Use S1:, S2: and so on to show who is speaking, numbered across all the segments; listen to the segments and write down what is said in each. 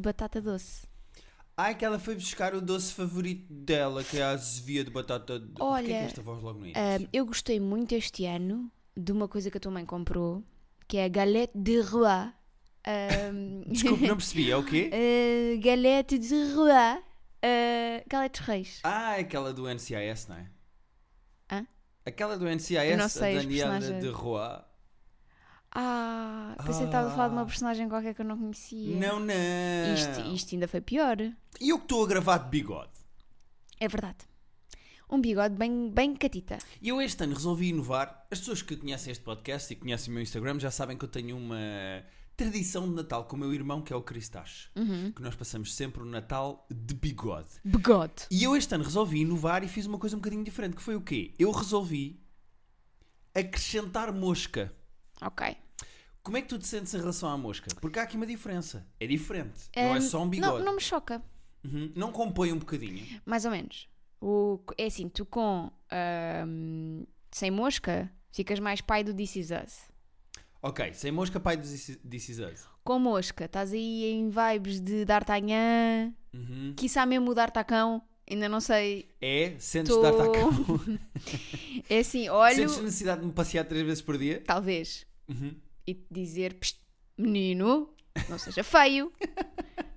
S1: batata doce.
S2: Ai, que ela foi buscar o doce favorito dela, que é a azevia de batata doce. Porquê que
S1: Olha,
S2: é esta voz logo no
S1: Ahm,
S2: início?
S1: eu gostei muito este ano de uma coisa que a tua mãe comprou, que é a galette de roi. Ahm,
S2: Desculpe, não percebi, é o quê?
S1: eh, galette de roi. eh, galete de reis.
S2: Ah, é aquela do NCIS, não é?
S1: Hã?
S2: Aquela do NCIS,
S1: Eu não sei,
S2: a
S1: os
S2: Daniela
S1: personagens.
S2: de Roa.
S1: Ah, pensei que estava a falar de uma
S2: Ah.
S1: personagem qualquer que eu não conhecia.
S2: Não, não.
S1: Isto, isto ainda foi pior.
S2: E eu que estou a gravar de bigode.
S1: É verdade. Um bigode bem, bem catita.
S2: E eu este ano resolvi inovar. As pessoas que conhecem este podcast e conhecem o meu Instagram já sabem que eu tenho uma tradição de Natal com o meu irmão, que é o Cristache.
S1: Uhum.
S2: Que nós passamos sempre o Natal de bigode.
S1: Bigode.
S2: E eu este ano resolvi inovar e fiz uma coisa um bocadinho diferente, que foi o quê? Eu resolvi acrescentar mosca.
S1: Ok.
S2: Como é que tu te sentes em relação à mosca? Porque há aqui uma diferença. É diferente. não é
S1: Ahm,
S2: só um bigode.
S1: Hum, Não, não me choca.
S2: Uhum. Não compõe um bocadinho.
S1: Mais ou menos. O, é assim, tu com ahm, sem mosca ficas mais pai do This Is Us.
S2: Ok, sem mosca, pai dos This Is- This Is Us.
S1: Com mosca, estás aí em vibes de D'Artagnan,
S2: Uhum.
S1: quiçá mesmo o D'Artacão, ainda não sei.
S2: É, sentes
S1: Tô-
S2: de dar-te à cama.
S1: É assim, olho,
S2: Sentes necessidade de me passear três vezes por dia?
S1: talvez,
S2: Uhum.
S1: e te dizer, "Psst, menino, não seja feio,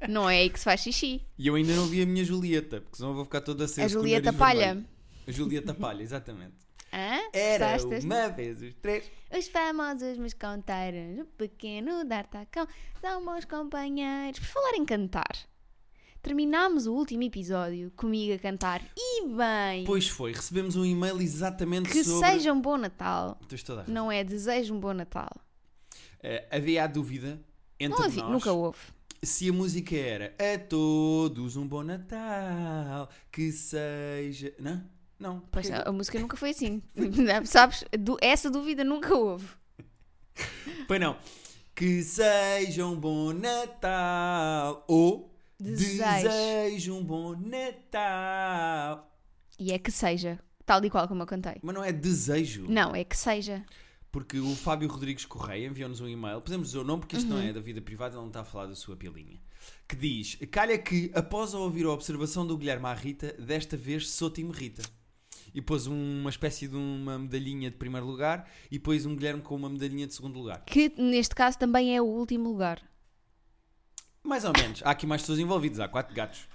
S1: não é aí que se faz xixi.
S2: E eu ainda não vi a minha Julieta, porque senão eu vou ficar toda aceso
S1: A
S2: com o
S1: Julieta
S2: nariz
S1: Palha.
S2: vermelho. A Julieta Palha, exatamente.
S1: Hã?
S2: Era
S1: Gostaste?
S2: uma vez os três.
S1: Os famosos mas contaram o pequeno D'Artacão são meus companheiros. Por falar em cantar, terminámos o último episódio comigo a cantar e bem,
S2: Pois foi, recebemos um e-mail exatamente
S1: que
S2: sobre...
S1: seja um bom Natal.
S2: Tens toda a razão.
S1: Não é desejo um bom Natal.
S2: Eh, havia a dúvida entre
S1: Não ouvi,
S2: nós
S1: nunca houve.
S2: se a música era A todos um bom Natal, que seja... Não? Não.
S1: Pois,
S2: Porquê?
S1: a, a música nunca foi assim. Sabes? Du- essa dúvida nunca houve.
S2: Pois não. Que seja um bom Natal. Ou
S1: Desejo.
S2: desejo um bom Natal.
S1: E é que seja, tal e qual como eu cantei.
S2: Mas não é desejo.
S1: Não, é que seja.
S2: Porque o Fábio Rodrigues Correia enviou-nos um e-mail, podemos dizer o nome porque isto não é da vida privada, ele não está a falar da sua pilinha, que diz, calha que após ouvir a observação do Guilherme à Rita, desta vez sou time Rita. E pôs uma espécie de uma medalhinha de primeiro lugar e pôs um Guilherme com uma medalhinha de segundo lugar.
S1: Que neste caso também é o último lugar.
S2: Mais ou menos, há aqui mais pessoas envolvidas, há quatro gatos.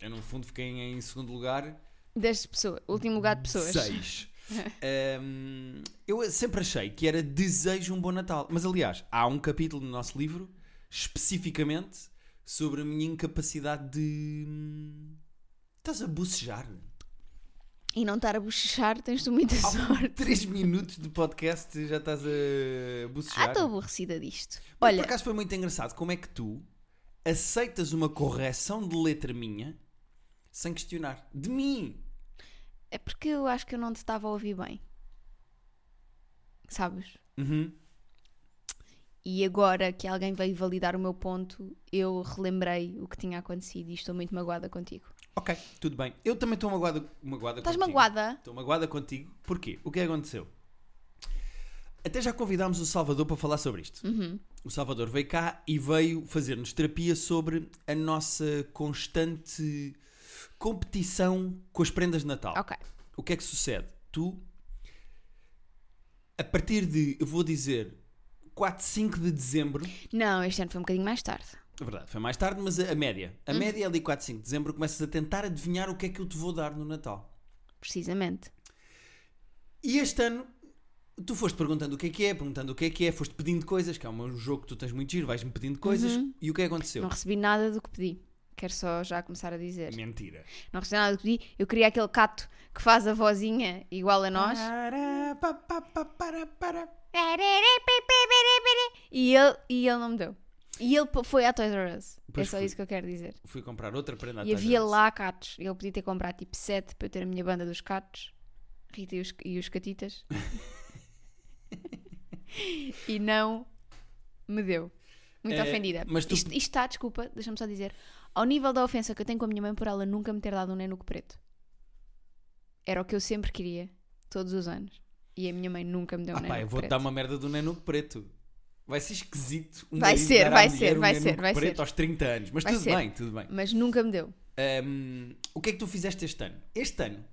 S2: Eu no fundo fiquei em segundo lugar,
S1: Desta pessoa, último lugar de pessoas.
S2: Seis. Ahm, eu sempre achei que era desejo um bom Natal. Mas aliás, há um capítulo no nosso livro, especificamente, sobre a minha incapacidade de. hum, Estás a bocejar?
S1: e não estar a bochechar, tens-te muita
S2: Há
S1: sorte.
S2: 3 minutos de podcast e já estás a bocejar.
S1: Ah, estou aborrecida disto.
S2: Mas
S1: Olha,
S2: Por acaso foi muito engraçado como é que tu aceitas uma correção de letra minha sem questionar. De mim!
S1: é porque eu acho que eu não te estava a ouvir bem. Sabes?
S2: Uhum.
S1: E agora que alguém veio validar o meu ponto, eu relembrei o que tinha acontecido e estou muito magoada contigo.
S2: Ok, tudo bem. Eu também estou magoada, magoada
S1: Estás
S2: contigo.
S1: magoada?
S2: Estou magoada contigo. Porquê? O que é que aconteceu? Até já convidámos o Salvador para falar sobre isto. O Salvador veio cá e veio fazer-nos terapia sobre a nossa constante competição com as prendas de Natal.
S1: Ok.
S2: O que é que sucede? Tu, a partir de, eu vou dizer, 4, 5 de dezembro,
S1: Não, este ano foi um bocadinho mais tarde.
S2: é verdade, foi mais tarde, mas a, a média, a média é ali 4, 5 de dezembro, começas a tentar adivinhar o que é que eu te vou dar no Natal.
S1: Precisamente.
S2: E este ano tu foste perguntando o que é que é, perguntando o que é que é, foste pedindo coisas, que é um jogo que tu tens muito giro, vais-me pedindo coisas e o que é que aconteceu?
S1: Uhum. Não recebi nada do que pedi. Quero só já começar a dizer.
S2: Mentira.
S1: Não recebi nada do que pedi. Eu queria aquele cato que faz a vozinha igual a nós.
S2: Para, pa, pa, pa, para, para.
S1: E ele, e ele não me deu. E ele p- foi à Toys R Us.
S2: Pois
S1: é só
S2: fui.
S1: isso que eu quero dizer.
S2: Fui comprar outra prenda à
S1: e
S2: Toys
S1: havia
S2: R Us.
S1: lá catos. Ele podia ter comprado tipo 7 para eu ter a minha banda dos catos. Rita e os, e os catitas. e não me deu. Muito
S2: É,
S1: ofendida.
S2: mas tu-
S1: Isto, isto está, desculpa, deixa-me só dizer. Ao nível da ofensa que eu tenho com a minha mãe por ela nunca me ter dado um nenuco preto. Era o que eu sempre queria, todos os anos. E a minha mãe nunca me deu um
S2: Ah pá, eu
S1: nenuco
S2: vou-te
S1: preto.
S2: dar uma merda do Nenuco Preto. Vai ser esquisito um
S1: Vai
S2: nariz
S1: ser,
S2: dar à
S1: vai
S2: mulher
S1: ser,
S2: um
S1: vai
S2: eunuco
S1: ser, vai
S2: preto
S1: ser.
S2: aos 30 anos, mas
S1: Vai
S2: tudo
S1: ser.
S2: bem, tudo bem.
S1: Mas nunca me deu.
S2: Hum, o que é que tu fizeste este ano? Este ano,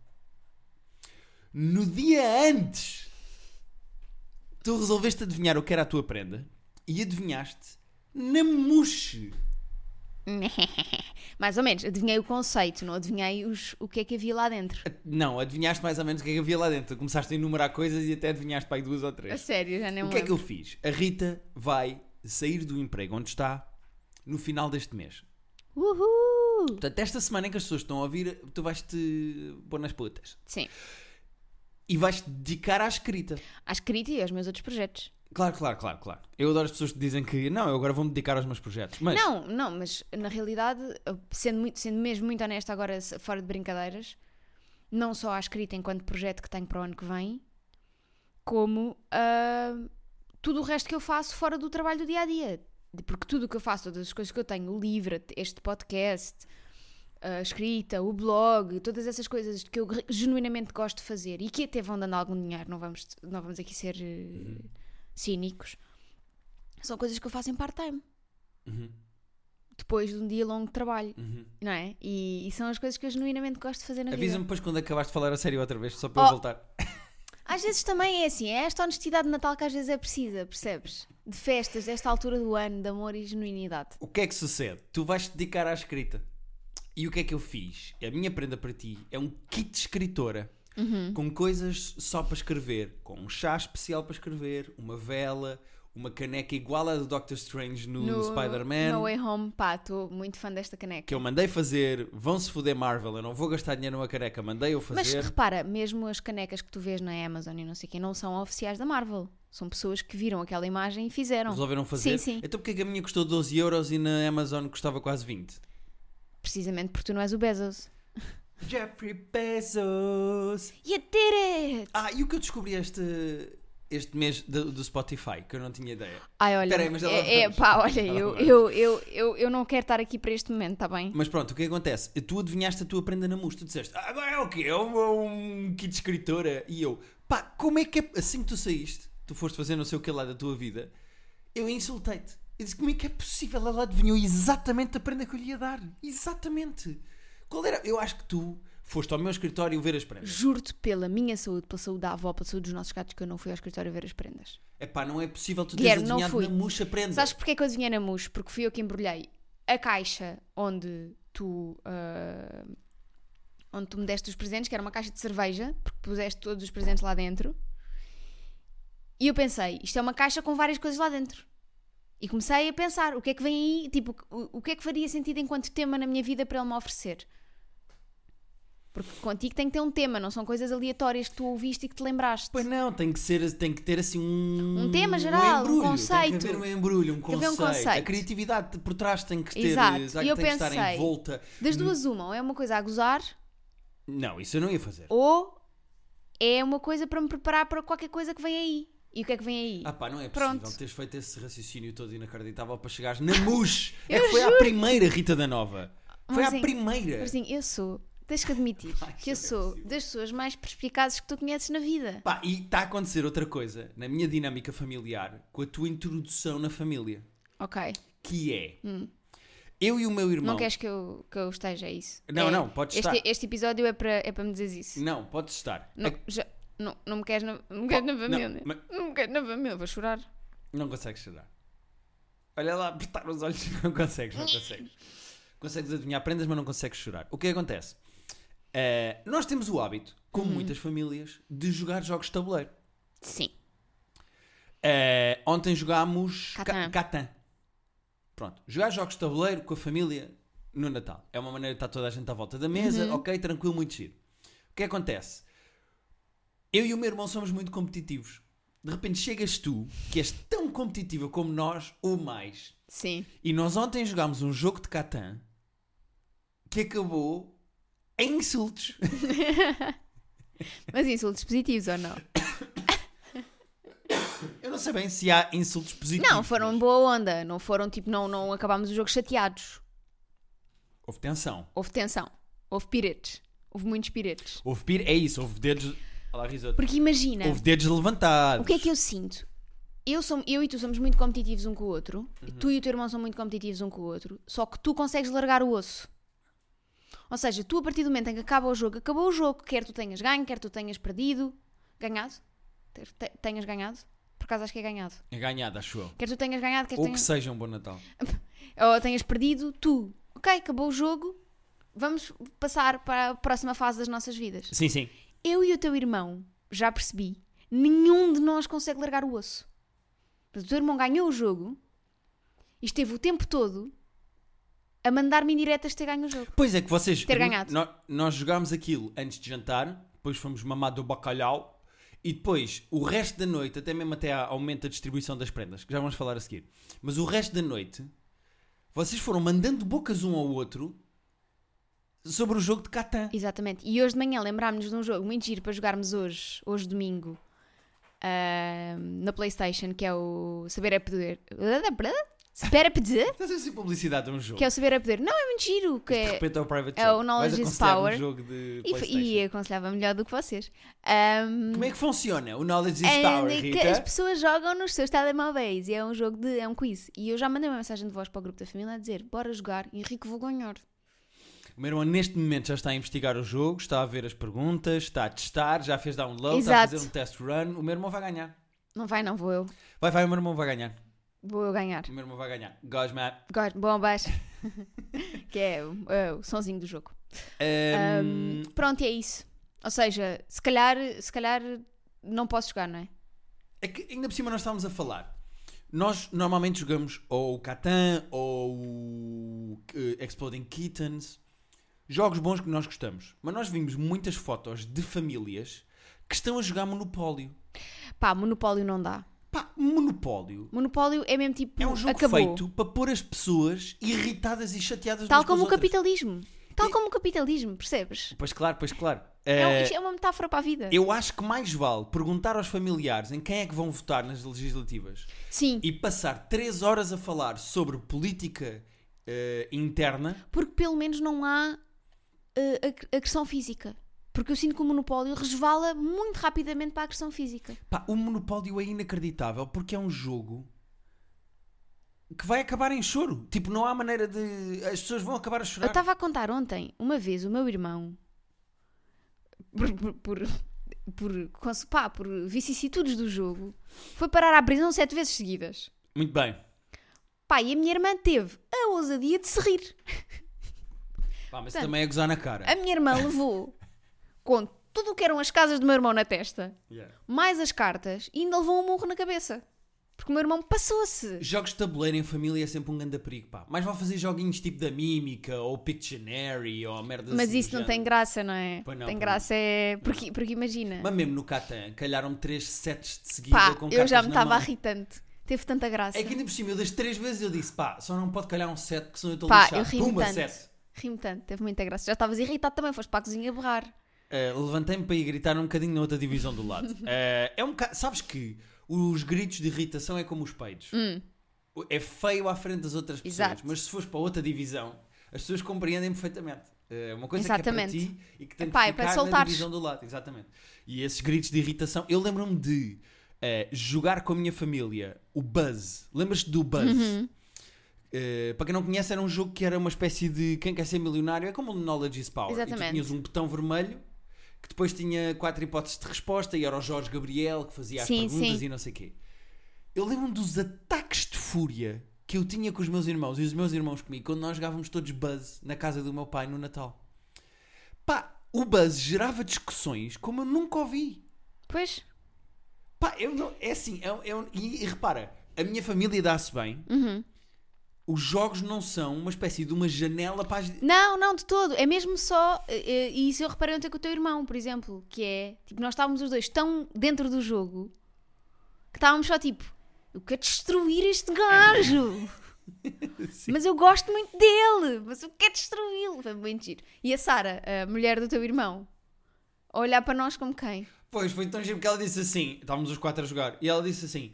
S2: no dia antes, tu resolveste adivinhar o que era a tua prenda e adivinhaste na muxe.
S1: Mais ou menos, adivinhei o conceito, não adivinhei os, o que é que havia lá dentro.
S2: Não, adivinhaste mais ou menos o que é que havia lá dentro. Tu começaste a enumerar coisas e até adivinhaste para aí duas ou
S1: A
S2: três.
S1: sério, já nem
S2: O
S1: me
S2: que é que eu
S1: lembro.
S2: fiz? A Rita vai sair do emprego onde está no final deste mês.
S1: Uhul!
S2: Portanto, esta semana em que as pessoas estão a ouvir, tu vais-te pôr nas putas.
S1: Sim,
S2: E vais-te dedicar à escrita.
S1: à escrita e aos meus outros projetos.
S2: Claro, claro, claro, claro. Eu adoro as pessoas que dizem que não, eu agora vou-me dedicar aos meus projetos. Mas
S1: Não, não, mas na realidade, sendo, muito, sendo mesmo muito honesta agora, se- fora de brincadeiras, não só à escrita enquanto projeto que tenho para o ano que vem, como ah, tudo o resto que eu faço fora do trabalho do dia a dia. Porque tudo o que eu faço, todas as coisas que eu tenho, o livro, este podcast, a escrita, o blog, todas essas coisas que eu re- genuinamente gosto de fazer e que até vão dando algum dinheiro, não vamos, não vamos aqui ser eh,
S2: Uhum.
S1: cínicos, são coisas que eu faço em part-time
S2: Uhum,
S1: depois de um dia longo de trabalho,
S2: uhum.
S1: não é? E, e são as coisas que eu genuinamente gosto de fazer na
S2: avisa-me
S1: vida.
S2: depois quando acabaste de falar a sério outra vez, só para eu
S1: Oh.
S2: voltar.
S1: Às vezes também é assim, é esta honestidade de Natal que às vezes é precisa, percebes? De festas, desta altura do ano, de amor e genuinidade.
S2: O que é que sucede? Tu vais-te dedicar à escrita. E o que é que eu fiz? A minha prenda para ti é um kit de escritora.
S1: Uhum.
S2: Com coisas só para escrever, com um chá especial para escrever, uma vela, uma caneca igual à do Doctor Strange no, Spider-Man.
S1: No Way Home, pá, estou muito fã desta caneca.
S2: que eu mandei fazer, vão-se foder Marvel, eu não vou gastar dinheiro numa caneca, mandei eu
S1: Mas
S2: fazer.
S1: repara, mesmo as canecas que tu vês na Amazon e não sei o quê, não são oficiais da Marvel. São pessoas que viram aquela imagem e fizeram.
S2: Resolveram
S1: Sim,
S2: fazer?
S1: sim.
S2: Então porque é que a minha custou 12 euros e na Amazon custava quase 20?
S1: Precisamente porque tu não és o Bezos.
S2: Jeffrey Bezos!
S1: E a Tere!
S2: Ah, e o que eu descobri este, este mês do, do Spotify, que eu não tinha ideia.
S1: Ai, olha,
S2: Espera aí, mas já lá
S1: é, é,
S2: vamos.
S1: pá, olha,
S2: Já lá
S1: eu,
S2: vamos.
S1: eu, eu, eu, eu não quero estar aqui para este momento, está bem?
S2: Mas pronto, o que acontece? Tu adivinhaste a tua prenda na mus, tu disseste, "Ah, agora é o quê? É um, um kit de escritora. E eu, pá, como é que é, assim que tu saíste, tu foste fazer não sei o que lá da tua vida, eu insultei-te. Eu disse, como é que é possível? Ela adivinhou exatamente a prenda que eu lhe ia dar. Exatamente. Qual era? Eu acho que tu foste ao meu escritório ver as prendas.
S1: Juro-te pela minha saúde, pela saúde da avó, pela saúde dos nossos gatos, que eu não fui ao escritório ver as prendas.
S2: É pá, não é possível tu teres
S1: Guilherme, não
S2: adivinhado
S1: fui.
S2: na murcha prenda.
S1: Sabes porquê que eu adivinhei na mousse? Porque fui eu que embrulhei a caixa onde tu. ah, onde tu me deste os presentes, que era uma caixa de cerveja, porque puseste todos os presentes lá dentro. E eu pensei, isto é uma caixa com várias coisas lá dentro. E comecei a pensar, o que é que vem aí? Tipo, o, o que é que faria sentido enquanto tema na minha vida para ele me oferecer? Porque contigo tem que ter um tema, não são coisas aleatórias que tu ouviste e que te lembraste.
S2: Pois não, tem que, ser, tem que ter assim um...
S1: Um tema geral, um
S2: embrulho. Tem
S1: conceito.
S2: que haver um embrulho, um
S1: que haver
S2: conceito.
S1: um
S2: A
S1: conceito.
S2: criatividade por trás tem que ter...
S1: Exato.
S2: tem
S1: E eu
S2: que estar
S1: pensei,
S2: envolta.
S1: Das duas, uma, ou é uma coisa a gozar,
S2: Não, isso eu não ia fazer.
S1: ou é uma coisa para me preparar para qualquer coisa que vem aí. E o que é que vem aí?
S2: Ah pá, não é possível
S1: Pronto.
S2: teres feito esse raciocínio todo inacreditável para chegares na MUS. é
S1: Eu
S2: que foi à primeira Rita da Nova. Foi à
S1: Amorzinho,
S2: primeira.
S1: Marzinho, Tipo assim, eu sou, tens que admitir,
S2: é. Ai,
S1: que eu
S2: não é
S1: sou
S2: possível.
S1: das pessoas mais perspicazes que tu conheces na vida.
S2: Pá, e está a acontecer outra coisa na minha dinâmica familiar com a tua introdução na família,
S1: Ok.
S2: que é eu e o meu irmão.
S1: Hum. Não queres que eu, que eu esteja, é isso?
S2: Não,
S1: É,
S2: não, podes
S1: este,
S2: estar.
S1: Este episódio é para, é para me dizeres isso.
S2: Não, podes estar.
S1: Não,
S2: É-
S1: já- não, não me queres na, não me queres
S2: Pá,
S1: na família.
S2: não, mas-
S1: Não me queres na família, vou chorar.
S2: Não consegues chorar. Olha lá, apertar os olhos, não consegues, não consegues. Consegues adivinhar prendas, mas não consegues chorar. O que acontece? Eh, nós temos o hábito, como muitas famílias, de jogar jogos de tabuleiro.
S1: Sim.
S2: Eh, ontem jogámos Ca-
S1: Catan.
S2: Catan. Pronto, jogar jogos de tabuleiro com a família no Natal. É uma maneira de estar toda a gente à volta da mesa,
S1: Uhum.
S2: ok, tranquilo, muito giro. O que acontece? Eu e o meu irmão somos muito competitivos. De repente chegas tu, que és tão competitiva como nós, ou mais.
S1: Sim.
S2: E nós ontem jogámos um jogo de Catan que acabou em insultos.
S1: Mas insultos positivos ou não?
S2: Eu não sei bem se há insultos positivos.
S1: Não, foram
S2: mas
S1: boa onda. Não foram tipo, não, não acabámos o jogo chateados.
S2: Houve tensão.
S1: Houve tensão. Houve piretes. Houve muitos piretes.
S2: Houve pir... É isso, houve dedos... Olha lá, risoto.
S1: Porque imagina, é
S2: Houve dedos levantados.
S1: o que é que eu sinto? eu, sou, eu e tu somos muito competitivos um com o outro, e tu e o teu irmão são muito competitivos um com o outro, só que tu consegues largar o osso. Ou seja, tu a partir do momento em que acaba o jogo, acabou o jogo, quer tu tenhas ganho, quer tu tenhas perdido, ganhado, ter- te- tenhas ganhado, por acaso acho que é ganhado.
S2: É ganhado, acho eu.
S1: Quer tu tenhas ganhado, quer
S2: Ou que
S1: tenhas...
S2: seja um bom Natal.
S1: ou tenhas perdido, tu, ok, acabou o jogo, vamos passar para a próxima fase das nossas vidas.
S2: Sim, sim.
S1: Eu e o teu irmão, já percebi, nenhum de nós consegue largar o osso. Mas o teu irmão ganhou o jogo e esteve o tempo todo a mandar-me indiretas de ter ganho o jogo.
S2: Pois é que vocês.
S1: Ter ganhado.
S2: Nó- Nós, jogámos aquilo antes de jantar, depois fomos mamado o bacalhau e depois o resto da noite, até mesmo até ao momento da distribuição das prendas, que já vamos falar a seguir. Mas o resto da noite, vocês foram mandando bocas um ao outro sobre o jogo de Catan.
S1: Exatamente. E hoje de manhã lembrámos-nos de um jogo muito giro para jogarmos hoje, hoje domingo, ah, na Playstation, que é o Saber é Poder. Saber é Poder?
S2: Estás a fazer publicidade a um jogo.
S1: Que é o Saber é Poder. Não, é muito giro. Que
S2: De
S1: é...
S2: repente é o Private
S1: é
S2: Joke.
S1: o Knowledge
S2: Vais
S1: is
S2: aconselhar
S1: Power.
S2: Um jogo de
S1: E, f-
S2: PlayStation.
S1: e aconselhava melhor do que vocês. Ahm,
S2: Como é que funciona o Knowledge is
S1: em
S2: Power,
S1: que
S2: tá, Rita?
S1: É as pessoas jogam nos seus telemóveis e é um jogo de. é um quiz. E eu já mandei uma mensagem de voz para o grupo da família a dizer: bora jogar, Henrique vou ganhar.
S2: O meu irmão neste momento já está a investigar o jogo, está a ver as perguntas, está a testar, já fez download, está a
S1: Exato.
S2: fazer um test run. O meu irmão vai ganhar.
S1: Não vai, não, vou eu.
S2: Vai, vai, o meu irmão vai ganhar.
S1: Vou eu ganhar.
S2: O meu irmão vai ganhar. Guys, man.
S1: Gosto, bom baixo. que é o- é o sonzinho do jogo.
S2: Um,
S1: Pronto, e é isso. Ou seja, se calhar, se calhar não posso jogar, não é?
S2: É que ainda por cima nós estávamos a falar. Nós normalmente jogamos ou o Catan ou o eh, Exploding Kittens. Jogos bons que nós gostamos. Mas nós vimos muitas fotos de famílias que estão a jogar Monopólio.
S1: Pá, Monopólio não dá.
S2: Pá, Monopólio
S1: Monopólio é mesmo tipo.
S2: é um jogo
S1: acabou.
S2: feito para pôr as pessoas irritadas e chateadas
S1: Tal
S2: umas com
S1: como o
S2: as outras.
S1: capitalismo. Tal como o capitalismo, percebes?
S2: Pois claro, pois claro.
S1: É, um-
S2: Eh,
S1: isto é uma metáfora para a vida.
S2: eu acho que mais vale perguntar aos familiares em quem é que vão votar nas legislativas
S1: Sim,
S2: e passar 3 horas a falar sobre política eh, interna.
S1: porque pelo menos não há eh, a- agressão física. Porque eu sinto que o monopólio resvala muito rapidamente para a agressão física.
S2: Pá, o monopólio é inacreditável porque é um jogo que vai acabar em choro. Tipo, não há maneira de. As pessoas vão acabar a
S1: Eu
S2: chorar.
S1: estava a contar ontem, uma vez, o meu irmão, por, por, por, por, cons- pá, por vicissitudes do jogo, foi parar à prisão sete vezes seguidas.
S2: Muito bem.
S1: Pá, e a minha irmã teve a ousadia de se rir.
S2: Pá, mas
S1: Portanto,
S2: também é gozar na cara.
S1: A minha irmã levou com tudo o que eram as casas do meu irmão na testa,
S2: Yeah.
S1: mais as cartas, e ainda levou um murro na cabeça. Porque o meu irmão passou-se.
S2: Jogos de tabuleiro em família é sempre um grande perigo, pá. Mas vão fazer joguinhos tipo da mímica ou Pictionary ou assim merda
S1: Mas isso não tem graça, não é?
S2: Pois não,
S1: tem
S2: pois
S1: graça é. Porque, porque imagina.
S2: Mas mesmo no Catan, calharam 3 sets de seguida
S1: pá,
S2: com
S1: eu já me
S2: cartas na
S1: estava
S2: mão.
S1: irritante. Teve tanta graça.
S2: É que ainda por cima, eu das 3 vezes eu disse, pá, só não pode calhar um set que senão eu estou
S1: Pá,
S2: lixado.
S1: eu ri-me
S2: Pumba,
S1: tanto.
S2: set.
S1: Ri-me tanto, teve muita graça. Já estavas irritado também, foste para a cozinha borrar.
S2: Uh, Levantei-me para ir gritar um bocadinho na outra divisão do lado. Uh, é um bocado, sabes que os gritos de irritação é como os peidos. É feio à frente das outras pessoas,
S1: Hum. Exato.
S2: mas se fores para outra divisão, as pessoas compreendem perfeitamente. Uh, É uma coisa
S1: Exatamente.
S2: que é para ti e que tem
S1: Epá,
S2: que
S1: é para
S2: ficar na
S1: soltares.
S2: divisão do lado, exatamente. E esses gritos de irritação, eu lembro-me de uh, jogar com a minha família o Buzz. Lembras-te do Buzz?
S1: Uhum.
S2: Uh, para quem não conhece, era um jogo que era uma espécie de quem quer ser milionário, é como o Knowledge is Power. E tu
S1: Exatamente.
S2: tinhas um botão vermelho que depois tinha quatro hipóteses de resposta e era o Jorge Gabriel que fazia as
S1: Sim,
S2: perguntas
S1: sim.
S2: e não sei o quê. Eu lembro-me dos ataques de fúria que eu tinha com os meus irmãos e os meus irmãos comigo quando nós jogávamos todos Buzz na casa do meu pai no Natal. Pá, o Buzz gerava discussões como eu nunca ouvi.
S1: Pois,
S2: Pá, eu não, é assim, é, um- é um- e, e repara, a minha família dá-se bem.
S1: Uhum.
S2: Os jogos não são uma espécie de uma janela para as...
S1: Não, não, de todo. É mesmo só. eh, eh, E isso eu reparei ontem com o teu irmão, por exemplo. Que é. Tipo, nós estávamos os dois tão dentro do jogo que estávamos só tipo. Eu quero destruir este gajo! mas eu gosto muito dele! Mas eu quero destruí-lo! Foi muito giro. E a Sara, a mulher do teu irmão, a olhar para nós como quem?
S2: Pois, foi tão giro que ela disse assim: estávamos os quatro a jogar, e ela disse assim: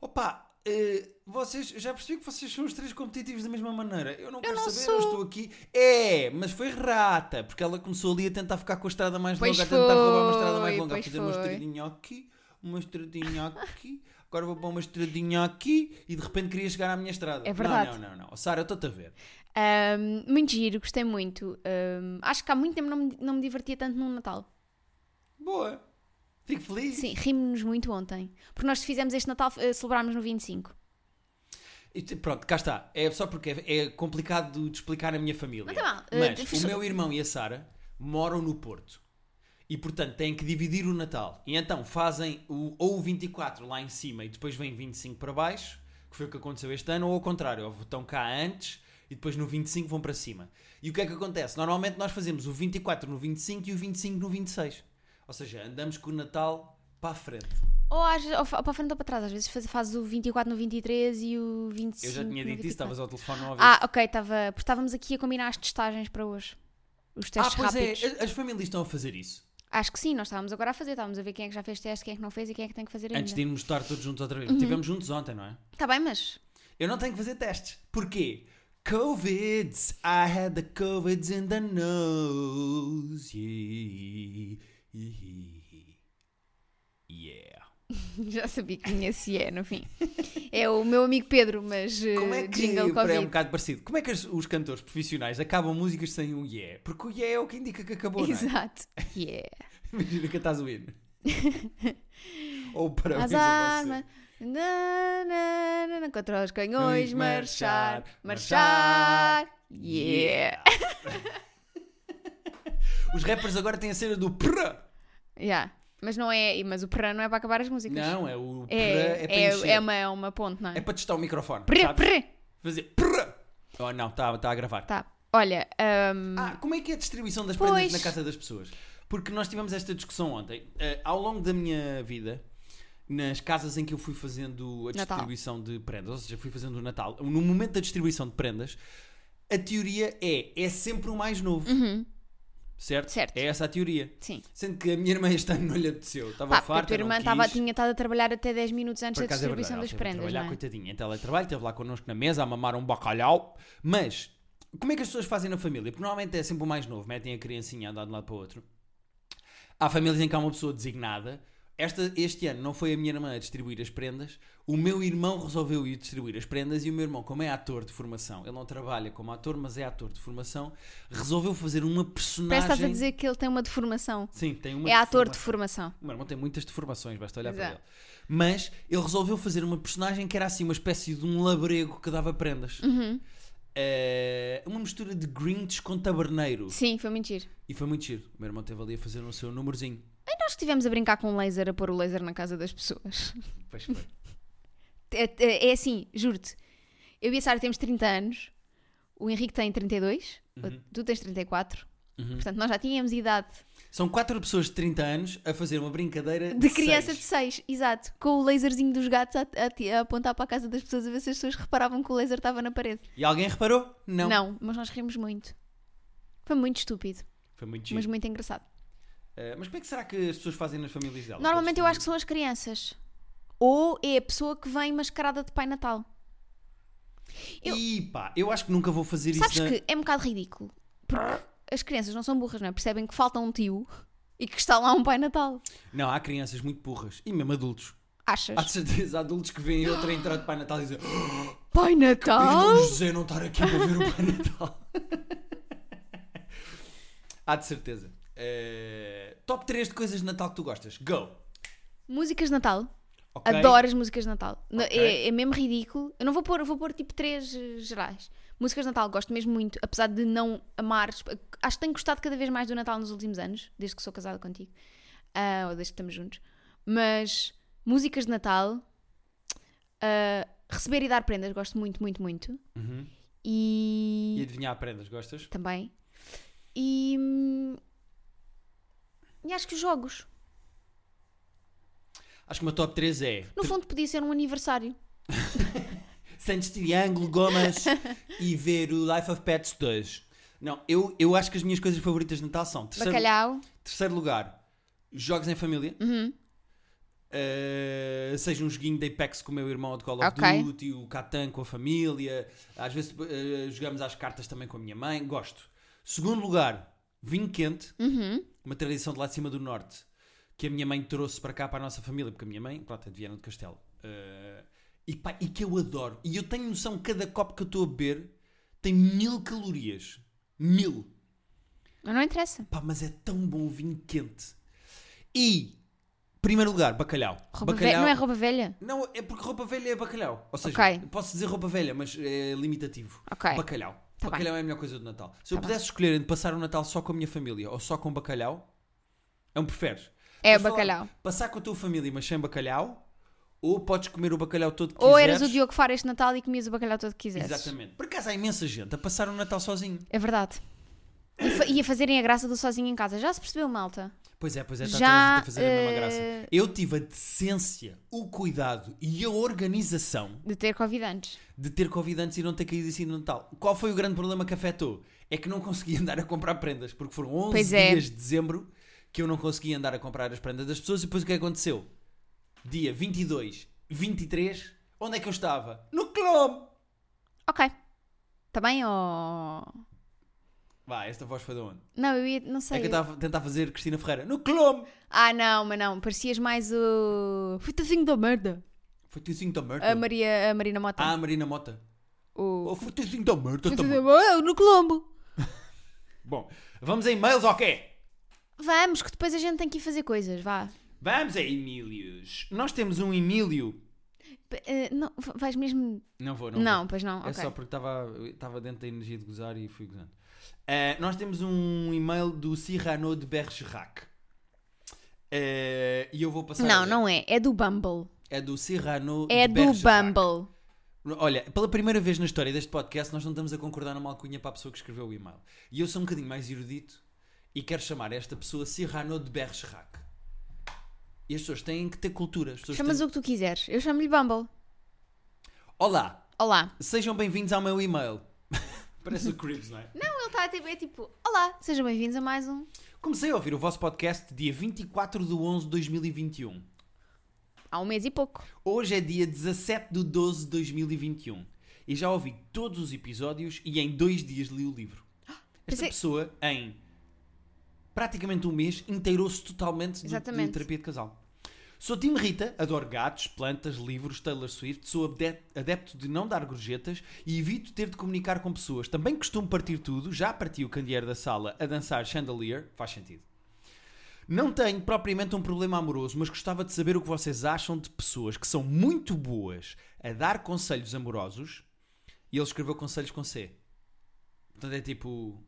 S2: opa, eh, vocês, eu já percebi que vocês são os três competitivos da mesma maneira. Eu não quero
S1: não
S2: saber,
S1: sou."
S2: eu estou aqui. É, mas foi rata, porque ela começou ali a tentar ficar com a estrada mais
S1: Pois
S2: longa, a tentar roubar uma estrada
S1: foi,
S2: mais longa, a
S1: pois
S2: fazer uma
S1: foi.
S2: estradinha aqui, uma estradinha aqui, agora vou para uma estradinha aqui e de repente queria chegar à minha estrada.
S1: É verdade.
S2: Não, não, não. não. Oh, Sara, eu estou-te a ver.
S1: Ahm, muito giro, gostei muito. Ahm, acho que há muito tempo não me, não me divertia tanto num Natal.
S2: Boa. Fico feliz.
S1: Sim, rimos-nos muito ontem. Porque nós fizemos este Natal, eh, celebrámos no 25.
S2: E te- Pronto, cá está. É só porque é, é complicado de explicar a minha família.
S1: Não tá mal. Eh,
S2: Mas
S1: fechou-
S2: o meu irmão e a Sara moram no Porto. E portanto têm que dividir o Natal. E então fazem o, ou o 24 lá em cima e depois vem 25 para baixo, que foi o que aconteceu este ano, ou ao contrário, ou estão cá antes e depois no 25 vão para cima. E o que é que acontece? Normalmente nós fazemos o 24 no 25 e o 25 no 26. Ou seja, andamos com o Natal para a frente.
S1: Ou, às, ou, fa- ou para a frente ou para trás, às vezes faz- fazes o 24 no 23 e o 25.
S2: Eu já tinha
S1: no
S2: dito
S1: 24.
S2: isso, estavas ao telefone não a ouvir.
S1: Ah, ok, estava. Porque estávamos aqui a combinar as testagens para hoje. Os
S2: Ah,
S1: testes
S2: pois
S1: rápidos.
S2: é, as famílias estão a fazer isso.
S1: Acho que sim, nós estávamos agora a fazer, estávamos a ver quem é que já fez teste, quem é que não fez e quem é que tem que fazer
S2: Antes
S1: ainda.
S2: de irmos estar todos juntos outra
S1: Uhum.
S2: vez. Estivemos juntos ontem, não é?
S1: Está bem, mas.
S2: Eu não tenho que fazer testes. Porquê? Covids. I had the Covids in the nose. Yeah. Yeah.
S1: Já sabia que tinha se é, no fim. É o meu amigo Pedro, mas. eh,
S2: Como é que
S1: Jingle
S2: Peraí, é um
S1: Covid.
S2: bocado parecido? Como é que os, os cantores profissionais acabam músicas sem o yeah? Porque o yeah é o que indica que acabou, não é?
S1: Exato. Yeah.
S2: Imagina que estás o hino. Ou
S1: As
S2: parabéns a você.
S1: armas. Na, na, na, na, contra os canhões,
S2: Canhões,
S1: marchar,
S2: marchar,
S1: marchar. Yeah.
S2: Yeah. Os rappers agora têm a cena do prrr.
S1: Yeah. Mas não é. Mas o prã não é para acabar as músicas.
S2: Não, é o prrr, é,
S1: É,
S2: para
S1: é,
S2: encher.
S1: é uma, é uma ponte, não é?
S2: É para testar o microfone.
S1: Prê,
S2: sabes?
S1: prê.
S2: Fazer prrr. Oh, não, está a gravar.
S1: Tá. Olha, hum,
S2: Ah, como é que é a distribuição das
S1: Pois.
S2: prendas na casa das pessoas? Porque nós tivemos esta discussão ontem. Eh, ao longo da minha vida, nas casas em que eu fui fazendo a
S1: Natal.
S2: distribuição de prendas, ou seja, fui fazendo o Natal, no momento da distribuição de prendas, a teoria é, é sempre o mais novo. Certo?
S1: Uhum. Certo.
S2: É essa a teoria.
S1: sim.
S2: Sendo que a minha irmã este ano não lhe apeteceu. Estava
S1: Pá, porque a
S2: farta,
S1: tua irmã
S2: não
S1: tava-
S2: quis.
S1: tinha estado a trabalhar até 10 minutos antes
S2: Por
S1: da
S2: acaso é
S1: distribuição das
S2: verdade, ela teve de
S1: prendas,
S2: trabalhar,
S1: não é?
S2: coitadinha, em teletrabalho, esteve lá connosco na mesa a mamar um bacalhau. Mas, como é que as pessoas fazem na família? Porque normalmente é sempre o mais novo, metem a criancinha a andar de um lado para o outro. Há famílias em que há uma pessoa designada. Esta, este ano não foi a minha irmã a distribuir as prendas, o meu irmão resolveu ir distribuir as prendas e o meu irmão, como é ator de formação, ele não trabalha como ator, mas é ator de formação, resolveu fazer uma personagem.
S1: Parece que estás a dizer que ele tem uma deformação.
S2: Sim, tem uma
S1: é ator
S2: formação.
S1: de formação.
S2: O meu irmão tem muitas deformações, basta olhar
S1: Exato.
S2: para ele. Mas ele resolveu fazer uma personagem que era assim uma espécie de um labrego que dava prendas.
S1: Uhum.
S2: Eh, uma mistura de Grinch com taberneiro.
S1: Sim, foi mentir.
S2: E foi muito giro. O meu irmão esteve ali a fazer o seu númerozinho.
S1: Nós estivemos a brincar com um laser, a pôr o laser na casa das pessoas.
S2: Pois foi.
S1: É, é- é assim, juro-te. Eu e a Sara temos 30 anos, o Henrique tem 32,
S2: Uhum.
S1: tu tens 34. Portanto, nós já tínhamos idade
S2: São quatro pessoas de 30 anos a fazer uma brincadeira
S1: de criança
S2: seis.
S1: de 6, exato. Com o laserzinho dos gatos a, a- a apontar para a casa das pessoas a ver se as pessoas reparavam que o laser estava na parede.
S2: E alguém reparou? Não.
S1: mas nós rimos muito. Foi muito estúpido,
S2: Foi muito
S1: mas
S2: giro. Eh,
S1: muito engraçado.
S2: Mas... como é que será que as pessoas fazem nas famílias delas?
S1: Normalmente eu acho que são as crianças. Ou é a pessoa que vem mascarada de Pai Natal. eu-
S2: E pá, eu acho que nunca vou fazer
S1: Sabes
S2: isso. na-
S1: que é um bocado ridículo. Porque as crianças não são burras, não é? Percebem que falta um tio e que está lá um Pai Natal.
S2: Não, há crianças muito burras. E mesmo adultos.
S1: Achas?
S2: Há de certeza adultos que veem outra entrada de Pai Natal e dizem
S1: Pai Natal?
S2: Pediram o José não estar aqui para ver o Pai Natal. Há de certeza. Eh, top 3 de coisas de Natal que tu gostas. Go!
S1: Músicas de Natal.
S2: Ok?
S1: Adoro as músicas de Natal. N-
S2: Ok.
S1: É, é mesmo ridículo. Eu não vou pôr, eu vou pôr tipo três eh, gerais. Músicas de Natal gosto mesmo muito, apesar de não amar. Acho que tenho gostado cada vez mais do Natal nos últimos anos, desde que sou casada contigo. Ah, ou desde que estamos juntos. Mas músicas de Natal, ah, receber e dar prendas, gosto muito, muito, muito.
S2: Uhum. E
S1: E.
S2: adivinhar prendas, gostas?
S1: Também. E. hum, E acho que os jogos.
S2: Acho que uma top 3 é
S1: No fundo, podia ser um aniversário.
S2: Santos Triângulo, Gomas e ver o Life of Pets 2. Não, eu, eu acho que as minhas coisas favoritas de Natal são terceiro,
S1: Bacalhau.
S2: terceiro lugar, jogos em família.
S1: Uhum.
S2: Uh, seja um joguinho de Apex com o meu irmão ou de Call of
S1: Ok.
S2: Duty, o Catan com a família, às vezes uh, jogamos às cartas também com a minha mãe, gosto. Segundo lugar, vinho quente,
S1: Uhum.
S2: uma tradição de lá de cima do norte, que a minha mãe trouxe para cá, para a nossa família, porque a minha mãe, pronto, é de Viana do Castelo. Eh, e, pá, e que eu adoro. E eu tenho noção que cada copo que eu estou a beber tem mil calorias. Mil.
S1: Mas não interessa.
S2: Pá, mas é tão bom o vinho quente. E, primeiro lugar, bacalhau.
S1: Roupa
S2: bacalhau
S1: velha, não é roupa velha?
S2: não, é porque roupa velha é bacalhau. Ou seja,
S1: Ok.
S2: posso dizer roupa velha, mas é limitativo.
S1: Ok.
S2: Bacalhau.
S1: Tá
S2: bacalhau é a melhor coisa do Natal. Se eu
S1: Tá
S2: pudesse escolher entre passar o Natal só com a minha família ou só com bacalhau, é um preferes.
S1: É
S2: Mas
S1: bacalhau.
S2: falar- passar com a tua família, mas sem bacalhau, ou podes comer o bacalhau todo que
S1: Ou
S2: quiseres.
S1: eras o Diogo Faro este Natal e comias o bacalhau todo que quisesses.
S2: Exatamente. Por acaso há imensa gente a passar o Natal sozinho.
S1: É verdade. E, fa- e a fazerem a graça do sozinho em casa. Já se percebeu, malta?
S2: Pois é, pois é, está toda a
S1: Já,
S2: gente a fazer a mesma
S1: eh,
S2: graça. Eu tive a decência, o cuidado e a organização
S1: De ter convidantes.
S2: de ter Covid antes e não ter caído assim no Natal. Qual foi o grande problema que afetou? É que não conseguia andar a comprar prendas, porque foram 11
S1: Pois é.
S2: dias de dezembro que eu não conseguia andar a comprar as prendas das pessoas e depois o que aconteceu? Dia 22, 23, onde é que eu estava? No clube!
S1: Ok. Está bem ou...
S2: Vá, esta voz foi de onde?
S1: Não, eu ia... Não sei.
S2: É que eu estava a tentar fazer Cristina Ferreira. No clube!
S1: Ah, não, mas não. Parecias mais o... Fitazinho da merda.
S2: Foi tiozinho da
S1: A,
S2: Murta.
S1: Maria, a Marina Mota.
S2: Ah, a Marina Mota.
S1: o...
S2: Oh, foi tiozinho da Murta também.
S1: Oh, no Colombo.
S2: Bom, vamos a e-mails ou quê?
S1: Vamos, que depois a gente tem que ir fazer coisas, vá.
S2: Vamos a Emílios. Nós temos um Emílio.
S1: P- eh, não, v- vais mesmo...
S2: Não vou,
S1: Não,
S2: não vou.
S1: pois não,
S2: É
S1: ok.
S2: só porque estava estava dentro da energia de gozar e fui gozando. Eh, nós temos um e-mail do Cyrano de Bergerac. Eh, e eu vou passar.
S1: Não, não é. É do Bumble.
S2: É do Cyrano
S1: É
S2: de
S1: do
S2: Bergerac.
S1: Bumble.
S2: Olha, pela primeira vez na história deste podcast, nós não estamos a concordar numa alcunha para a pessoa que escreveu o e-mail. E eu sou um bocadinho mais erudito e quero chamar esta pessoa Cyrano de Bergerac. E as pessoas têm que ter cultura. As pessoas
S1: Chamas
S2: têm...
S1: o que tu quiseres. Eu chamo-lhe Bumble.
S2: Olá,
S1: Olá.
S2: sejam bem-vindos ao meu e-mail. Parece o Cribs, não é?
S1: Não, ele está a tipo, é tipo, olá, sejam bem-vindos a mais um.
S2: Comecei a ouvir o vosso podcast dia 24 de 11 de 2021.
S1: Há um mês e pouco.
S2: Hoje é dia 17 de 12 de 2021. E já ouvi todos os episódios e em dois dias li o livro. Esta
S1: Ah, pensei-
S2: pessoa, em praticamente um mês, inteirou-se totalmente de, de
S1: Exatamente.
S2: terapia de casal. Sou Tim Rita, adoro gatos, plantas, livros, Taylor Swift, sou abde- adepto de não dar gorjetas e evito ter de comunicar com pessoas. Também costumo partir tudo, já parti o candeeiro da sala a dançar chandelier, faz sentido. Não tenho propriamente um problema amoroso, mas gostava de saber o que vocês acham de pessoas que são muito boas a dar conselhos amorosos. E ele escreveu conselhos com C. Portanto é tipo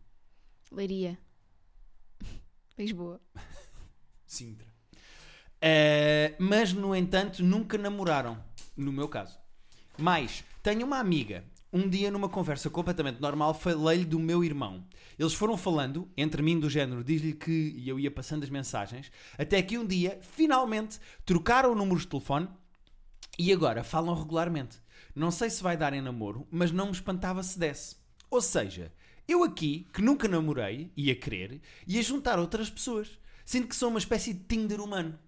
S1: Leiria. Lisboa.
S2: Sintra. Eh, mas, no entanto, nunca namoraram, no meu caso. Mas, tenho uma amiga. Um dia, numa conversa completamente normal, falei-lhe do meu irmão. Eles foram falando, entre mim do género, diz-lhe que e eu ia passando as mensagens, até que um dia, finalmente, trocaram números de telefone e agora falam regularmente. Não sei se vai dar em namoro, mas não me espantava se desse. Ou seja, eu aqui, que nunca namorei, ia querer, ia juntar outras pessoas. Sinto que sou uma espécie de Tinder humano.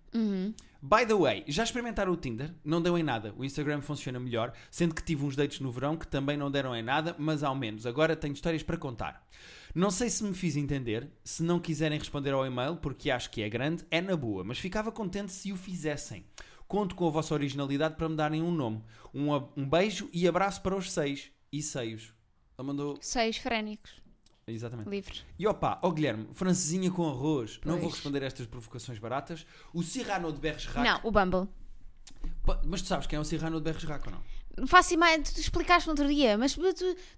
S2: By the way, já experimentaram o Tinder? Não deu em nada. O Instagram funciona melhor, sendo que tive uns dates no verão que também não deram em nada, mas ao menos agora tenho histórias para contar. Não sei se me fiz entender, se não quiserem responder ao e-mail, porque acho que é grande, é na boa, mas ficava contente se o fizessem. Conto com a vossa originalidade para me darem um nome. Um, ab- um beijo e abraço para os seis. E seios. Ela mandou.
S1: Seios frénicos.
S2: Exatamente.
S1: Livres.
S2: E opa, ó Guilherme, francesinha com arroz. Não vou
S1: Pois.
S2: responder a estas provocações baratas. O Cyrano de Bergerac.
S1: Não, o Bumble.
S2: Pa- Mas tu sabes quem é o Cyrano de Bergerac ou não?
S1: Não Faço mais, tu, tu explicaste no outro dia, mas tu,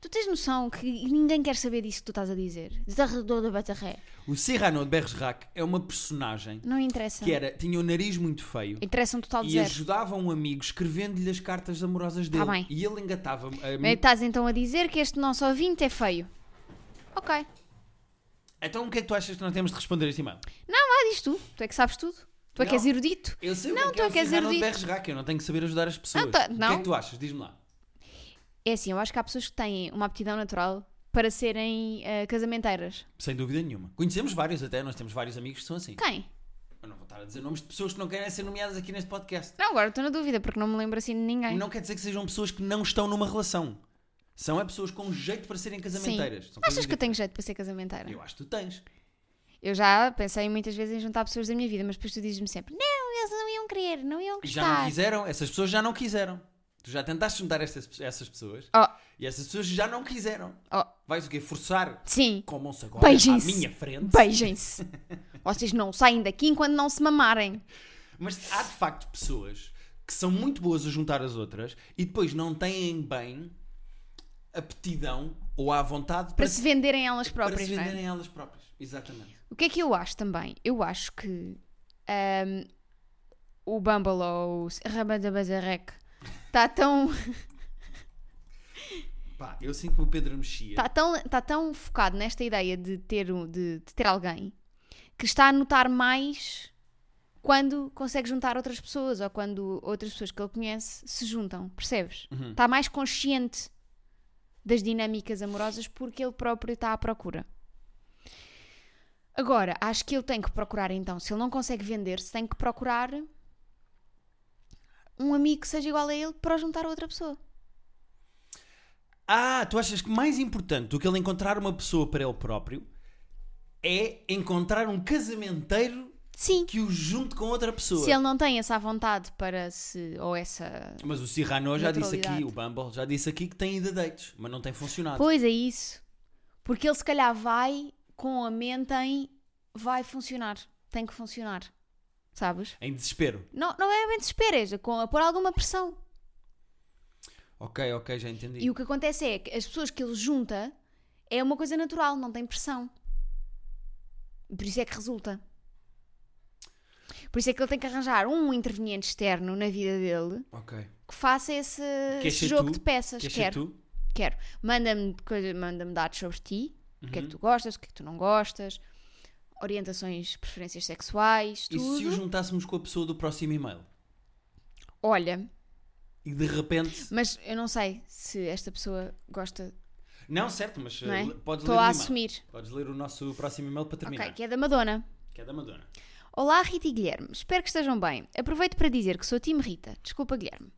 S1: tu tens noção que ninguém quer saber disso que tu estás a dizer. Desarredor da batarré.
S2: O Cyrano de Bergerac é uma personagem
S1: Não interessa.
S2: que era, tinha o nariz muito feio
S1: Interessa um total de
S2: e
S1: zero. Tá
S2: ajudava um amigo escrevendo-lhe as cartas amorosas dele.
S1: bem.
S2: E ele eh, engatava. a
S1: Mas
S2: mim-
S1: Estás então a dizer que este nosso ouvinte é feio. Ok.
S2: Então o que é que tu achas que nós temos de responder a este e-mail?
S1: Ah, diz tu. Tu é que sabes tudo. Tu é que
S2: Não.
S1: és erudito.
S2: Eu sei
S1: Não,
S2: o que
S1: tu
S2: é que é
S1: é
S2: o
S1: que és
S2: Cyrano de
S1: erudito.
S2: Bergerac, eu não tenho que saber ajudar as pessoas.
S1: Não, tá-
S2: O que é
S1: não.
S2: que tu achas? Diz-me lá.
S1: É assim, eu acho que há pessoas que têm uma aptidão natural para serem eh, casamenteiras.
S2: Sem dúvida nenhuma. Conhecemos vários até, nós temos vários amigos que são assim.
S1: Quem?
S2: Eu não vou estar a dizer nomes de pessoas que não querem ser nomeadas aqui neste podcast.
S1: Não, agora estou na dúvida porque não me lembro assim de ninguém.
S2: Não quer dizer que sejam pessoas que não estão numa relação. São é pessoas com jeito para um serem casamenteiras. São coisas
S1: Achas que eu tenho jeito para ser casamenteira?
S2: Eu acho que tu tens.
S1: Eu já pensei muitas vezes em juntar pessoas da minha vida, mas depois tu dizes-me sempre: não, eles não iam querer, não iam
S2: E
S1: gostar.
S2: já não quiseram, essas pessoas já não quiseram. Tu já tentaste juntar estas, essas pessoas
S1: Oh.
S2: e essas pessoas já não quiseram.
S1: Oh.
S2: Vais o quê? Forçar?
S1: Sim,
S2: Comam-se agora
S1: Beijem-se.
S2: à minha frente.
S1: beijem-se. Vocês não saem daqui enquanto não se mamarem.
S2: Mas há de facto pessoas que são muito boas a juntar as outras e depois não têm bem aptidão ou à vontade para,
S1: Para se venderem elas
S2: para
S1: próprias,
S2: se
S1: não é?
S2: venderem elas próprias. Exatamente.
S1: O que é que eu acho também? Eu acho que ahm, o Bumble ou o Rabadabazarek está tão,
S2: Pá, eu sinto que o Pedro Mexia.
S1: tá tão, tá tão focado nesta ideia de ter, um- de, de ter alguém que está a notar mais quando consegue juntar outras pessoas ou quando outras pessoas que ele conhece se juntam, percebes? Está mais consciente das dinâmicas amorosas porque ele próprio está à procura. Agora, acho que ele tem que procurar então, se ele não consegue vender-se, tem que procurar um amigo que seja igual a ele para o juntar a outra pessoa.
S2: Ah, tu achas que mais importante do que ele encontrar uma pessoa para ele próprio é encontrar um casamenteiro
S1: Sim.
S2: que o junte com outra pessoa.
S1: Se ele não tem essa vontade para se. ou essa.
S2: Mas o Cyrano já disse aqui,
S1: Naturalidade.
S2: o Bumble já disse aqui que tem ida dates, mas não tem funcionado.
S1: Pois é, isso. Porque ele se calhar vai com a mente em. vai funcionar. Tem que funcionar. Sabes?
S2: Em desespero.
S1: Não, não é bem desespero, é com a pôr alguma pressão.
S2: Ok, ok, já entendi.
S1: E o que acontece é que as pessoas que ele junta é uma coisa natural, não tem pressão. Por isso é que resulta. Por isso é que ele tem que arranjar um interveniente externo na vida dele
S2: Ok.
S1: que faça esse,
S2: Queres
S1: esse
S2: ser
S1: jogo
S2: tu?
S1: de peças.
S2: Queres ser
S1: Quero.
S2: tu?
S1: quero. Manda-me coisa- manda-me dados sobre ti, o
S2: Uhum.
S1: que é que tu gostas, o que é que tu não gostas, orientações, preferências sexuais,
S2: E se
S1: tudo.
S2: o juntássemos com a pessoa do próximo e-mail?
S1: Olha,
S2: E de repente.
S1: mas eu não sei se esta pessoa gosta,
S2: Não, certo, mas
S1: não é?
S2: uh, le- podes
S1: Estou
S2: ler o
S1: a
S2: e-mail.
S1: assumir.
S2: Podes ler o nosso próximo e-mail para terminar.
S1: Ok, que é da Madonna.
S2: Que é da Madonna.
S1: Olá, Rita e Guilherme. Espero que estejam bem. Aproveito para dizer que sou time Rita. Desculpa, Guilherme.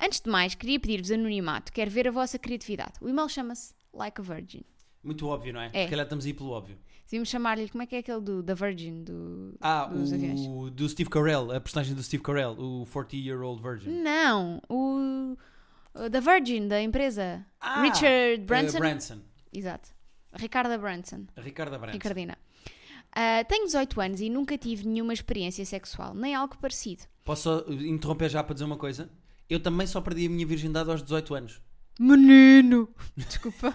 S1: Antes de mais, queria pedir-vos anonimato. Quero ver a vossa criatividade. O e-mail chama-se Like a Virgin.
S2: Muito óbvio, não é?
S1: É.
S2: Se calhar estamos aí pelo óbvio.
S1: Devíamos chamar-lhe, como é que é aquele do, da Virgin? Do,
S2: Ah,
S1: dos aviões.
S2: o do Steve Carell, a personagem do Steve Carell, o 40-year-old virgin.
S1: Não, o o da Virgin, da empresa.
S2: Ah,
S1: Richard Hum, Branson.
S2: Uh, Branson.
S1: Exato. Ricarda é, Branson.
S2: A Ricarda Branson.
S1: Ricardina. Ah, tenho 18 anos e nunca tive nenhuma experiência sexual, nem algo parecido.
S2: Posso só uh, interromper já para dizer uma coisa? Eu também só perdi a minha virgindade aos 18 anos.
S1: Menino! Desculpa.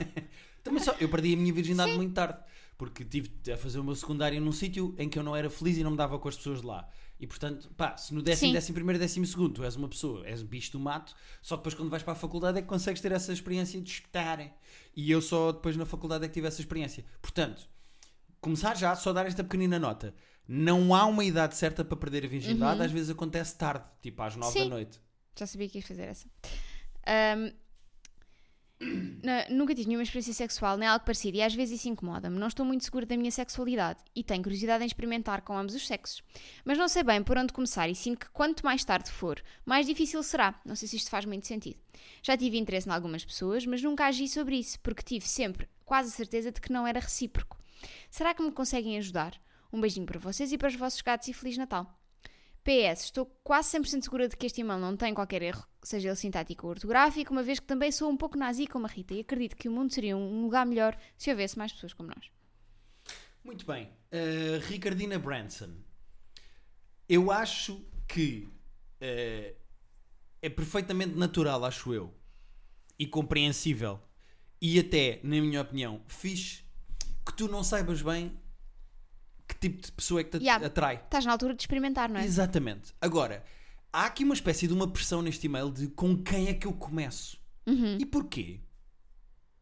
S2: Também só, eu perdi a minha virgindade muito tarde. Porque tive a fazer o meu secundário num sítio em que eu não era feliz e não me dava com as pessoas de lá. E portanto, pá, se no décimo,
S1: Sim.
S2: décimo primeiro, décimo segundo, tu és uma pessoa, és um bicho do mato, só depois quando vais para a faculdade é que consegues ter essa experiência de espetarem. E eu só depois na faculdade é que tive essa experiência. Portanto, começar já, só dar esta pequenina nota. Não há uma idade certa para perder a virgindade, às vezes acontece tarde, tipo às nove
S1: Uhum. Sim.
S2: da noite.
S1: Já sabia que ia fazer essa. Ahm, na- nunca tive nenhuma experiência sexual, nem algo parecido, e às vezes isso incomoda-me. Não estou muito segura da minha sexualidade e tenho curiosidade em experimentar com ambos os sexos. Mas não sei bem por onde começar e sinto que quanto mais tarde for, mais difícil será. Não sei se isto faz muito sentido. Já tive interesse em algumas pessoas, mas nunca agi sobre isso, porque tive sempre quase a certeza de que não era recíproco. Será que me conseguem ajudar? Um beijinho para vocês e para os vossos gatos e Feliz Natal! PS, estou quase 100% segura de que este e-mail não tem qualquer erro, seja ele sintático ou ortográfico, uma vez que também sou um pouco nazi como a Rita e acredito que o mundo seria um lugar melhor se houvesse mais pessoas como nós.
S2: Muito bem. Uh, Ricardina Branson. Eu acho que uh, é perfeitamente natural, acho eu, e compreensível, e até, na minha opinião, fixe, que tu não saibas bem que tipo de pessoa é que te
S1: Yeah.
S2: atrai.
S1: Estás na altura de experimentar, não é?
S2: Exatamente. Agora, há aqui uma espécie de uma pressão neste e-mail de com quem é que eu começo.
S1: Uhum.
S2: E porquê?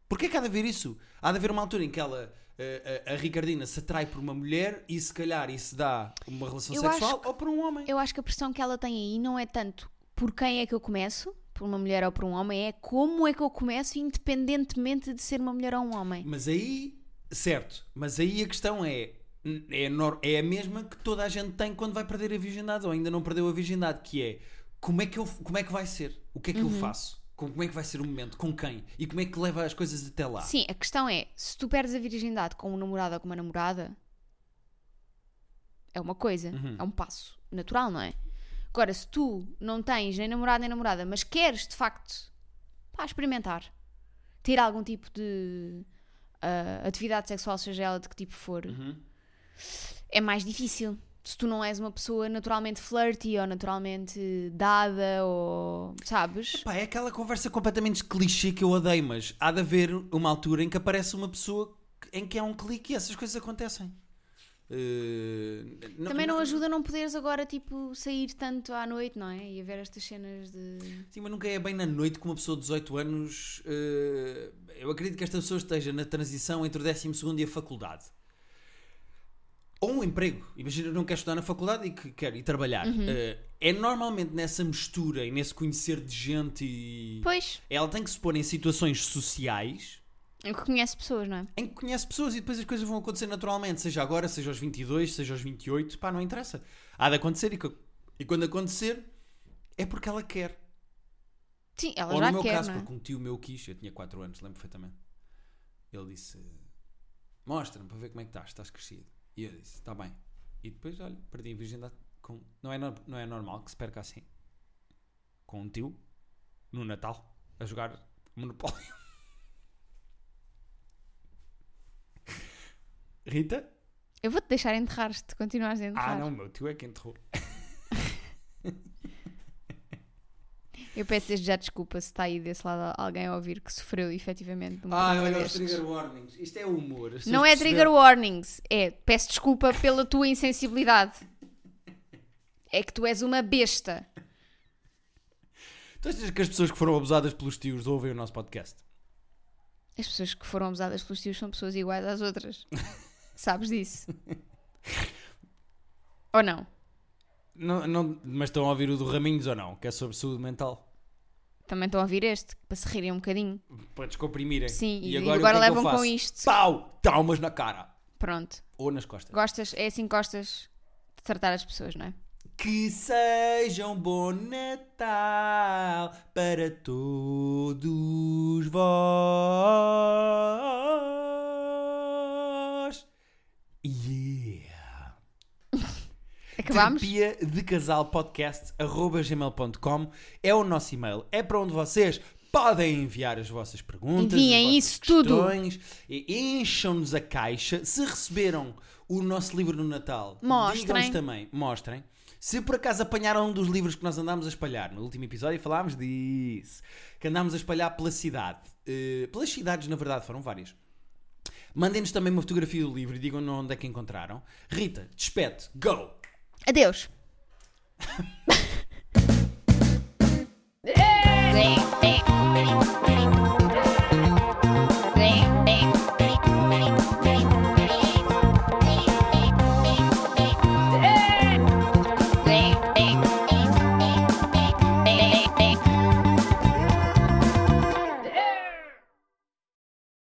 S2: Porquê que há de haver isso? Há de haver uma altura em que ela, eh, a, a- a Ricardina, se atrai por uma mulher e se calhar isso dá uma relação
S1: Eu
S2: sexual
S1: acho
S2: ou por um homem.
S1: Eu acho que a pressão que ela tem aí não é tanto por quem é que eu começo, por uma mulher ou por um homem, é como é que eu começo, independentemente de ser uma mulher ou um homem.
S2: Mas aí, certo, mas aí a questão é. É, nor- é a mesma que toda a gente tem quando vai perder a virgindade ou ainda não perdeu a virgindade, que é como é que, eu, como é que vai ser? O que é que
S1: Uhum.
S2: eu faço? Com, como é que vai ser o momento? Com quem? E como é que leva as coisas até lá?
S1: Sim, a questão é, se tu perdes a virgindade com um namorado ou com uma namorada, é uma coisa,
S2: Uhum.
S1: é um passo natural, não é? Agora, se tu não tens nem namorado nem namorada, mas queres de facto pá, experimentar, ter algum tipo de ah, atividade sexual, seja ela de que tipo for,
S2: Uhum.
S1: é mais difícil. Se tu não és uma pessoa naturalmente flirty ou naturalmente dada ou. sabes?
S2: Pá, é aquela conversa completamente clichê que eu odeio, mas há de haver uma altura em que aparece uma pessoa que- em que é um clique e essas coisas acontecem. Eh, n-
S1: Também
S2: n-
S1: não ajuda não poderes agora, tipo, sair tanto à noite, não é? E a ver estas cenas de.
S2: Sim, mas nunca é bem na noite que uma pessoa de 18 anos. eh, eu acredito que esta pessoa esteja na transição entre o 12 e a faculdade. Ou um emprego. Imagina, não quer estudar na faculdade e que quer ir trabalhar.
S1: Uhum.
S2: Eh, é normalmente nessa mistura e nesse conhecer de gente e.
S1: Pois,
S2: Ela tem que se pôr em situações sociais
S1: eu que conheço pessoas, não é?
S2: em que conhece pessoas e depois as coisas vão acontecer naturalmente, seja agora, seja aos 22, seja aos 28, pá, não interessa. Há de acontecer e, co- e quando acontecer é porque ela quer.
S1: Sim, ela
S2: Ou no
S1: já
S2: meu
S1: quer,
S2: caso,
S1: não é?
S2: porque um tio meu quis, eu tinha 4 anos, lembro perfeitamente. Ele disse: Mostra-me para ver como é que estás, estás crescido. E eu disse: Está bem. E depois, olha, perdi a virgindade. Com... Não, é, nor- não é normal que se perca assim. Com um tio, no Natal, a jogar Monopólio. Rita?
S1: Eu vou-te deixar enterrar se te continuares a
S2: Ah,
S1: enterrar.
S2: não, meu tio é que enterrou.
S1: Eu peço desde já desculpa se está aí desse lado alguém a ouvir que sofreu efetivamente de uma
S2: Ah,
S1: coisa
S2: olha os
S1: destes.
S2: trigger warnings. Isto é humor. as
S1: Não
S2: pessoas
S1: é trigger
S2: perceberam.
S1: warnings, é peço desculpa pela tua insensibilidade. É que tu és uma besta.
S2: Tu achas que Então, as pessoas que foram abusadas pelos tios ouvem o nosso podcast?
S1: As pessoas que foram abusadas pelos tios são pessoas iguais às outras. Sabes disso? Ou não?
S2: Não, não- mas estão a ouvir o do Raminhos ou não? Que é sobre saúde mental.
S1: Também estão a ouvir este, para se rirem um bocadinho.
S2: Para descomprimirem.
S1: Sim, e, e
S2: o
S1: agora,
S2: que é que eu
S1: levam com
S2: faço?
S1: isto.
S2: Pau! Traumas na cara.
S1: Pronto.
S2: Ou nas costas.
S1: Gostas, é assim que gostas de tratar as pessoas, não é?
S2: Que seja um bom Natal para todos vós. Yeah!
S1: Acabámos?
S2: Terapia de casal podcast arroba gmail.com é o nosso e-mail. É para onde vocês podem enviar as vossas perguntas.
S1: Enviem
S2: as vossas
S1: isso tudo.
S2: questões. E Encham-nos a caixa. Se receberam o nosso livro no Natal,
S1: Mostrem.
S2: digam-nos também. Mostrem. Se por acaso apanharam um dos livros que nós andámos a espalhar, no último episódio falámos disso, que andámos a espalhar pela cidade. Eh, pelas cidades, na verdade, foram várias. Mandem-nos também uma fotografia do livro e digam-nos onde é que encontraram. Rita, despete, go!
S1: Adeus.